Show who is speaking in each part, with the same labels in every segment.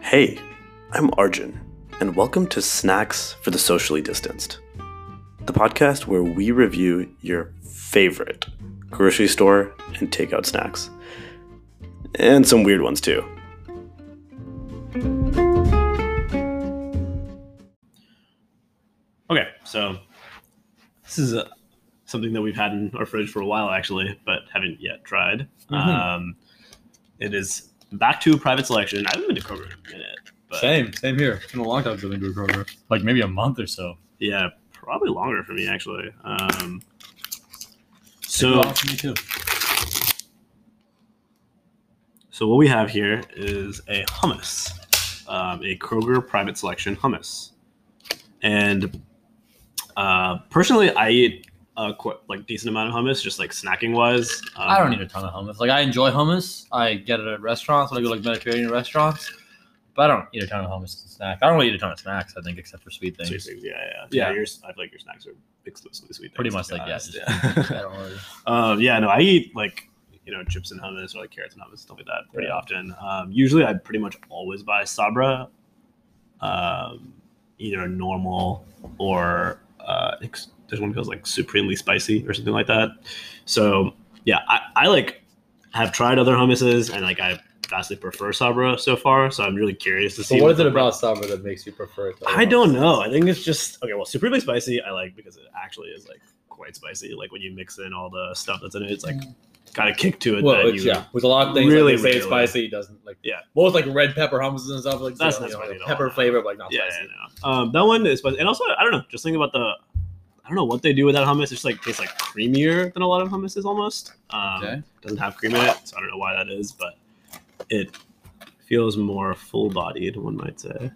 Speaker 1: Hey, I'm Arjun, and welcome to Snacks for the Socially Distanced, the podcast where we review your favorite grocery store and takeout snacks, and some weird ones too.
Speaker 2: Okay, so this is uh something that we've had in our fridge for a while, actually, but haven't yet tried.
Speaker 1: Mm-hmm.
Speaker 2: Um, it is back to private selection. I haven't been to Kroger in a minute, but
Speaker 3: Same, same here. It's been a long time since I've been to a Kroger. Like maybe a month or so.
Speaker 2: yeah, probably longer for me actually. Um,
Speaker 3: Took a
Speaker 2: so,
Speaker 3: while for me too.
Speaker 2: so what we have here is a hummus, um, a Kroger private selection hummus, and uh, personally, I eat a qu- like decent amount of hummus, just like snacking wise. Um,
Speaker 3: I don't eat a ton of hummus. Like I enjoy hummus. I get it at restaurants when I go to like Mediterranean restaurants. But I don't eat a ton of hummus as a snack. I don't really eat a ton of snacks, I think, except for sweet things.
Speaker 2: Sweet things, yeah, yeah,
Speaker 3: Yeah.
Speaker 2: yeah. yours, I feel like your snacks are exclusively sweet.
Speaker 3: Pretty
Speaker 2: things,
Speaker 3: much
Speaker 2: to be
Speaker 3: like, yeah,
Speaker 2: honest,
Speaker 3: just- I
Speaker 2: yeah.
Speaker 3: don't really.
Speaker 2: um, yeah, no, I eat like you know chips and hummus or like carrots and hummus stuff like that pretty
Speaker 3: Yeah.
Speaker 2: often. Um, usually, I pretty much always buy Sabra, um, either normal or uh, ex- there's one that goes like supremely spicy or something like that. So yeah, I, I like have tried other hummuses and like I vastly prefer Sabra so far. So I'm really curious to see.
Speaker 3: So what is it
Speaker 2: the-
Speaker 3: about Sabra that makes you prefer it? To
Speaker 2: I don't know. I think it's just okay. Well, supremely spicy, I like because it actually is like quite spicy. Like when you mix in all the stuff that's in it, it's like got a kick to it.
Speaker 3: Mm. Well,
Speaker 2: that
Speaker 3: it's,
Speaker 2: you,
Speaker 3: yeah, with a lot of things
Speaker 2: really,
Speaker 3: really, like they say it's
Speaker 2: really-
Speaker 3: spicy, it doesn't like
Speaker 2: Yeah.
Speaker 3: Most like red pepper hummus and stuff like
Speaker 2: That's
Speaker 3: you
Speaker 2: not
Speaker 3: know,
Speaker 2: spicy at all.
Speaker 3: pepper flavor, but like not
Speaker 2: yeah,
Speaker 3: spicy.
Speaker 2: yeah, I know. Um, that one is spicy, and also I don't know. Just think about the, I don't know what they do with that hummus. It's just like tastes like creamier than a lot of hummuses almost. Um, Doesn't have cream in it, so I don't know why that is, but it feels more full-bodied. One might say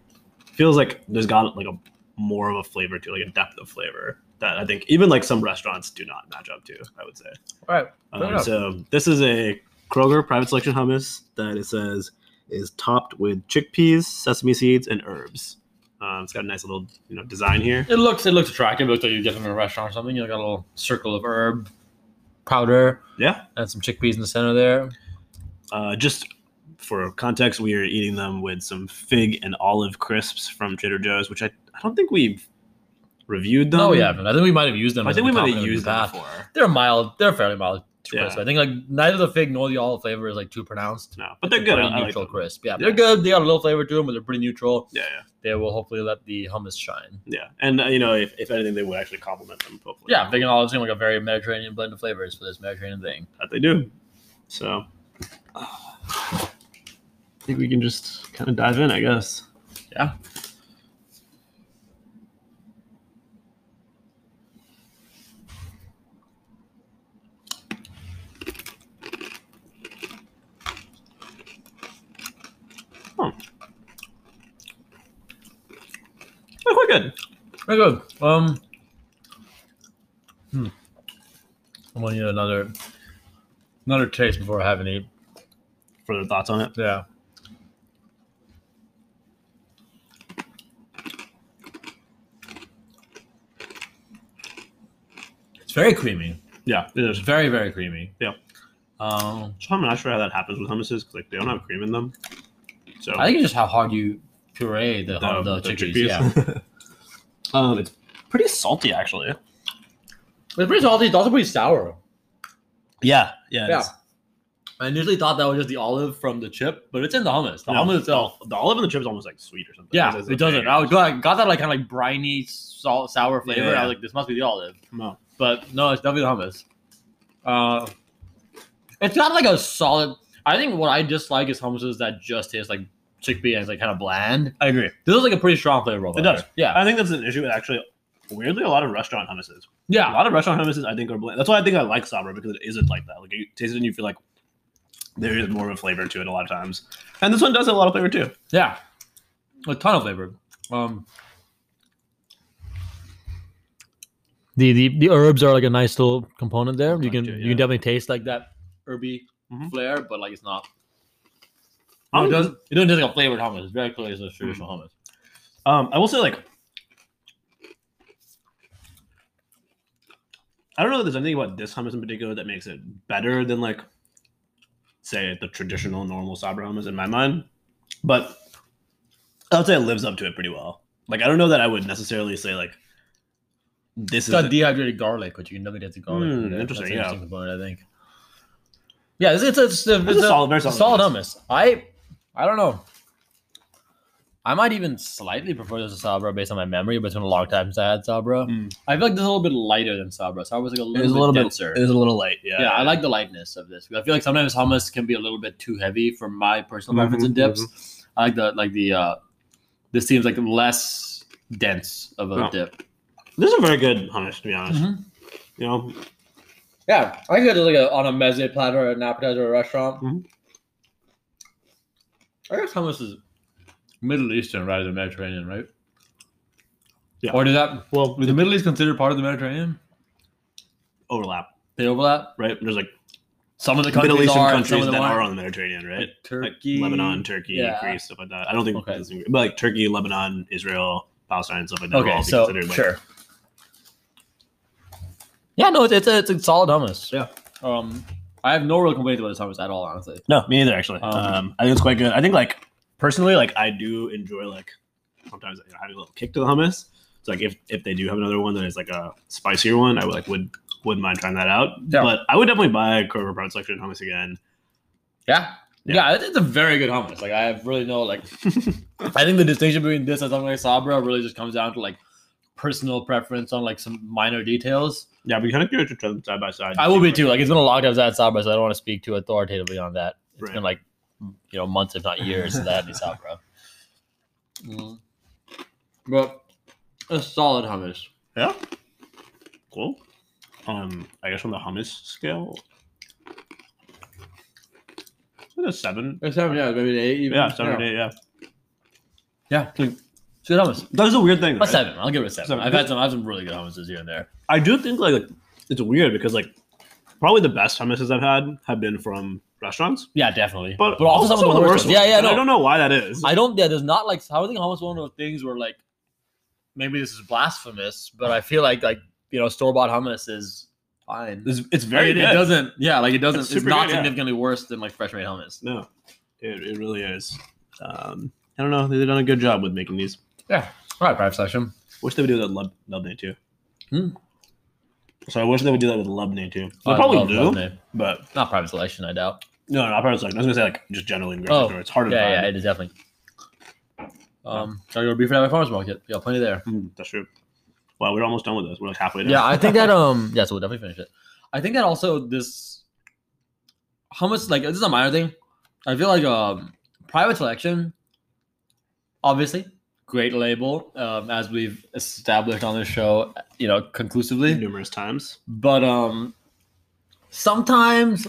Speaker 2: feels like there's got like a more of a flavor to it, like a depth of flavor that I think even like some restaurants do not match up to. I would say.
Speaker 3: All right.
Speaker 2: Um,
Speaker 3: Fair enough.
Speaker 2: so this is a Kroger private selection hummus that it says is topped with chickpeas, sesame seeds, and herbs. Um, it's got a nice little you know design here.
Speaker 3: It looks it looks attractive. It looks like you get them in a restaurant or something. You know, got a little circle of herb powder
Speaker 2: Yeah.
Speaker 3: and some chickpeas in the center there.
Speaker 2: Uh, just for context, we are eating them with some fig and olive crisps from Trader Joe's, which I, I don't think we've reviewed them.
Speaker 3: No, we haven't. Oh, I think we might have used them.
Speaker 2: I
Speaker 3: as
Speaker 2: think
Speaker 3: a
Speaker 2: we might
Speaker 3: compliment
Speaker 2: have
Speaker 3: in the
Speaker 2: used them
Speaker 3: past.
Speaker 2: before.
Speaker 3: They're mild. They're fairly mild. to
Speaker 2: Yeah.
Speaker 3: crisp. I think like neither the fig nor the olive flavor is like too pronounced.
Speaker 2: No, but they're good.
Speaker 3: Pretty
Speaker 2: I, I like
Speaker 3: neutral
Speaker 2: them.
Speaker 3: crisp. Yeah,
Speaker 2: Yeah.
Speaker 3: they're good. They got a little flavor to them, but they're pretty neutral.
Speaker 2: Yeah, yeah,
Speaker 3: They will hopefully let the hummus shine.
Speaker 2: yeah. And uh, you know, if, if anything, they would actually complement them. Hopefully,
Speaker 3: Yeah, fig and olive seem like a very Mediterranean blend of flavors for this Mediterranean thing.
Speaker 2: that they do. So I think we can just kind of dive in, I guess.
Speaker 3: Yeah.
Speaker 2: Hmm. They're quite good.
Speaker 3: Very good. Um, hmm. I'm gonna need another another taste before I have any.
Speaker 2: Further thoughts on it?
Speaker 3: Yeah. It's very creamy.
Speaker 2: Yeah, it
Speaker 3: It's
Speaker 2: is.
Speaker 3: very very creamy.
Speaker 2: Yeah.
Speaker 3: Um,
Speaker 2: So I'm not sure how that happens with hummuses because like they don't have cream in them. So
Speaker 3: I think it's just how hard you puree the the, the chickpeas. Yeah.
Speaker 2: um, it's pretty salty actually.
Speaker 3: It's pretty salty. It's also pretty sour.
Speaker 2: Yeah, yeah,
Speaker 3: Yeah. I initially thought that was just the olive from the chip, but it's in the hummus. The
Speaker 2: No,
Speaker 3: hummus itself.
Speaker 2: The olive and the chip is almost like sweet or something.
Speaker 3: Yeah,
Speaker 2: It's-
Speaker 3: it doesn't. I was glad- got that like kind of like briny, salt, sour flavor.
Speaker 2: Yeah.
Speaker 3: I was like, this must be the olive,
Speaker 2: No.
Speaker 3: but no, it's definitely the hummus. Uh, it's not like a solid. I think what I dislike is hummuses that just taste like chickpea and it's like kind of bland.
Speaker 2: I agree.
Speaker 3: This is like a pretty strong flavor.
Speaker 2: It does.
Speaker 3: Yeah,
Speaker 2: I think that's an issue with actually, weirdly, a lot of restaurant hummuses. A
Speaker 3: yeah,
Speaker 2: lot of restaurant hummuses I think are bland. That's why I think I like Sabra because it isn't like that. Like you taste it and you feel like there is more of a flavor to it a lot of times. And this one does have a lot of flavor too.
Speaker 3: yeah. A ton of flavor. Um, the the the herbs are like a nice little component there. You
Speaker 2: Like
Speaker 3: can
Speaker 2: to,
Speaker 3: you
Speaker 2: yeah.
Speaker 3: can definitely taste like that herby
Speaker 2: Mhm.
Speaker 3: flair, but like it's not No,
Speaker 2: Um,
Speaker 3: Oh, it doesn't. It doesn't taste like a flavored hummus. It's very clearly a traditional hummus.
Speaker 2: um, I will say like I don't know that there's anything about this hummus in particular that makes it better than like say the traditional normal Sabra hummus in my mind. But I would say it lives up to it pretty well. Like I don't know that I would necessarily say like this
Speaker 3: It's
Speaker 2: is
Speaker 3: got dehydrated garlic, which you can never get the garlic.
Speaker 2: Hmm,
Speaker 3: from there.
Speaker 2: interesting,
Speaker 3: That's an
Speaker 2: yeah.
Speaker 3: interesting component, I think. Yeah, it's, it's, it's, it's,
Speaker 2: That's a
Speaker 3: a
Speaker 2: solid- very solid
Speaker 3: solid hummus. I, I don't know. I might even slightly prefer this to Sabra based on my memory, but it's been a long time since I had Sabra.
Speaker 2: Mm.
Speaker 3: I feel like this is a little bit lighter than Sabra. Sabra was like Hmm. a
Speaker 2: it
Speaker 3: little,
Speaker 2: was a
Speaker 3: bit,
Speaker 2: little bit
Speaker 3: denser.
Speaker 2: it was a little light. Yeah,
Speaker 3: yeah, I like the lightness of this. I feel like sometimes hummus can be a little bit too heavy for my personal preference
Speaker 2: Mhm,
Speaker 3: in dips. I like the like the uh this seems like less dense of a
Speaker 2: Yeah.
Speaker 3: dip.
Speaker 2: This is a very good hummus, to be honest. You know,
Speaker 3: Mm-hmm. Yeah, I could like a, on a meze platter or an appetizer at a restaurant.
Speaker 2: Mhm.
Speaker 3: I guess hummus is Middle Eastern rather than Mediterranean, right?
Speaker 2: Yeah.
Speaker 3: Or does that
Speaker 2: well,
Speaker 3: was the Middle East considered part of the Mediterranean?
Speaker 2: overlap,
Speaker 3: They overlap.
Speaker 2: right? There's like
Speaker 3: Some of the countries
Speaker 2: Middle Eastern
Speaker 3: are, and some
Speaker 2: countries that
Speaker 3: of them aren't.
Speaker 2: are on the Mediterranean, right?
Speaker 3: Like
Speaker 2: Like
Speaker 3: Turkey,
Speaker 2: Lebanon, Turkey,
Speaker 3: yeah.
Speaker 2: Greece, stuff like that. I don't think
Speaker 3: Okay.
Speaker 2: it's- but like Turkey, Lebanon, Israel, Palestine, stuff like that. will all
Speaker 3: Okay,
Speaker 2: be
Speaker 3: so
Speaker 2: considered, like-
Speaker 3: sure. Yeah, no, it's it's a, it's a solid hummus.
Speaker 2: Yeah.
Speaker 3: Um, I have no real complaints about this hummus at all, honestly.
Speaker 2: No, me either. Actually,
Speaker 3: Um,
Speaker 2: um, I think it's quite good. I think like personally, like I do enjoy like sometimes you know, having a little kick to the hummus. So like if if they do have another one that is like a spicier one, I would like would wouldn't mind trying that out.
Speaker 3: Yeah.
Speaker 2: But I would definitely buy Kroger Brown Selection hummus again.
Speaker 3: Yeah.
Speaker 2: Yeah.
Speaker 3: Yeah, it's- it's a very good hummus. Like I have really no like. I think the distinction between this and something like Sabra really just comes down to like personal preference on like some minor details.
Speaker 2: Yeah, we kind of curious to try them side by side.
Speaker 3: I will be too. Like it's been a long time since I had Sabra, so I don't want to speak too authoritatively on that. It's
Speaker 2: Right.
Speaker 3: been like you know months, if not years, since I had these Sabra. Mm. But a solid hummus.
Speaker 2: Yeah. Cool. Um, I guess on the hummus scale, is it a seven.
Speaker 3: It's seven, yeah, maybe an eight. Even.
Speaker 2: Yeah, seven yeah. eight. Yeah,
Speaker 3: Yeah, good hummus.
Speaker 2: that's a weird thing.
Speaker 3: A
Speaker 2: right?
Speaker 3: seven. I'll give it a seven.
Speaker 2: Seven.
Speaker 3: I've had some. I have some really good hummuses here and there.
Speaker 2: I do think like it's weird because like probably the best hummuses I've had have been from restaurants,
Speaker 3: Yeah, definitely.
Speaker 2: but,
Speaker 3: also some of the worst. ones. Yeah, yeah.
Speaker 2: And
Speaker 3: No,
Speaker 2: I don't know why that is.
Speaker 3: I don't. Yeah, there's not like. I think hummus is one of those things where like, maybe this is blasphemous, but I feel like like you know store bought hummus is fine.
Speaker 2: it's, it's
Speaker 3: Like,
Speaker 2: very
Speaker 3: it, it
Speaker 2: good.
Speaker 3: doesn't. Yeah, like it doesn't.
Speaker 2: It's
Speaker 3: It's,
Speaker 2: super
Speaker 3: not
Speaker 2: good, yeah.
Speaker 3: significantly worse than like fresh made hummus.
Speaker 2: No, it, it really is. Um, I don't know. They've done a good job with making these.
Speaker 3: Yeah. All right, private session.
Speaker 2: Wish they would do that with lub- Lubney too.
Speaker 3: Hmm.
Speaker 2: So I wish they would do that with Lubney too. They probably do, but
Speaker 3: Not private selection, I doubt.
Speaker 2: no, no. I probably was like I was gonna say like just generally in grocery
Speaker 3: Oh,
Speaker 2: store. It's harder.
Speaker 3: Yeah,
Speaker 2: to
Speaker 3: yeah,
Speaker 2: find.
Speaker 3: it is definitely. Um, gotta go to Beef and Abbey Farmers Market. Yeah, plenty there.
Speaker 2: Hmm, that's true. Wow, we're almost done with this. We're like halfway done.
Speaker 3: Yeah, I think that um yeah, so we'll definitely finish it. I think that also this hummus like this is a minor thing. I feel like um private selection, obviously, great label, um, as we've established on this show, you know, conclusively.
Speaker 2: numerous times.
Speaker 3: But um sometimes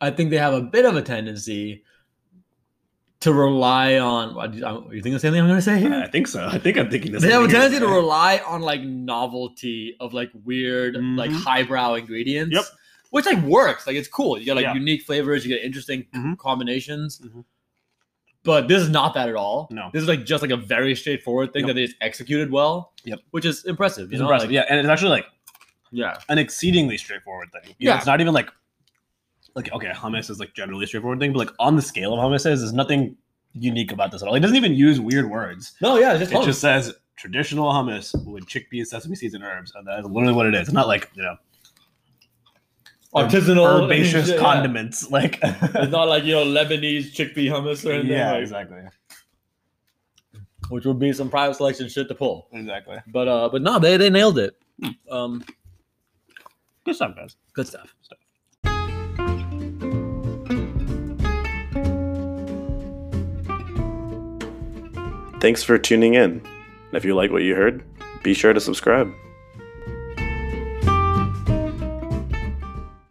Speaker 3: I think they have a bit of a tendency to rely on what do you, uh, you think the same thing I'm gonna say here?
Speaker 2: I think so. I think I'm thinking this.
Speaker 3: they have a
Speaker 2: over here.
Speaker 3: tendency to rely on like novelty of like weird, like
Speaker 2: Mhm.
Speaker 3: highbrow ingredients.
Speaker 2: Yep.
Speaker 3: Which like works. Like it's cool. You get like
Speaker 2: Yeah.
Speaker 3: unique flavors, you get interesting c-
Speaker 2: Mhm.
Speaker 3: combinations.
Speaker 2: Mhm.
Speaker 3: But this is not that at all.
Speaker 2: No.
Speaker 3: This is like just like a very straightforward thing
Speaker 2: Yep.
Speaker 3: that they just executed well.
Speaker 2: Yep.
Speaker 3: Which is impressive. you
Speaker 2: It's
Speaker 3: know?
Speaker 2: impressive.
Speaker 3: Like,
Speaker 2: yeah, and it's actually like
Speaker 3: yeah.
Speaker 2: an exceedingly straightforward thing. You know,
Speaker 3: Yeah.
Speaker 2: it's not even like like okay, hummus is like generally a straightforward thing, but like on the scale of hummus is, there's nothing unique about this at all. It doesn't even use weird words.
Speaker 3: No, yeah, it's just,
Speaker 2: It just says traditional hummus with chickpeas, sesame seeds, and herbs, and that is literally what it is. It's not like you know
Speaker 3: artisanal
Speaker 2: herbaceous
Speaker 3: yeah.
Speaker 2: condiments. Like
Speaker 3: It's not like you know Lebanese chickpea hummus or anything.
Speaker 2: yeah,
Speaker 3: like-
Speaker 2: exactly,
Speaker 3: Which would be some private selection shit to pull.
Speaker 2: exactly.
Speaker 3: But uh but no, they they nailed it.
Speaker 2: Hmm.
Speaker 3: Um
Speaker 2: Good stuff, guys.
Speaker 3: good stuff.
Speaker 1: Thanks for tuning in. And if you like what you heard, be sure to subscribe.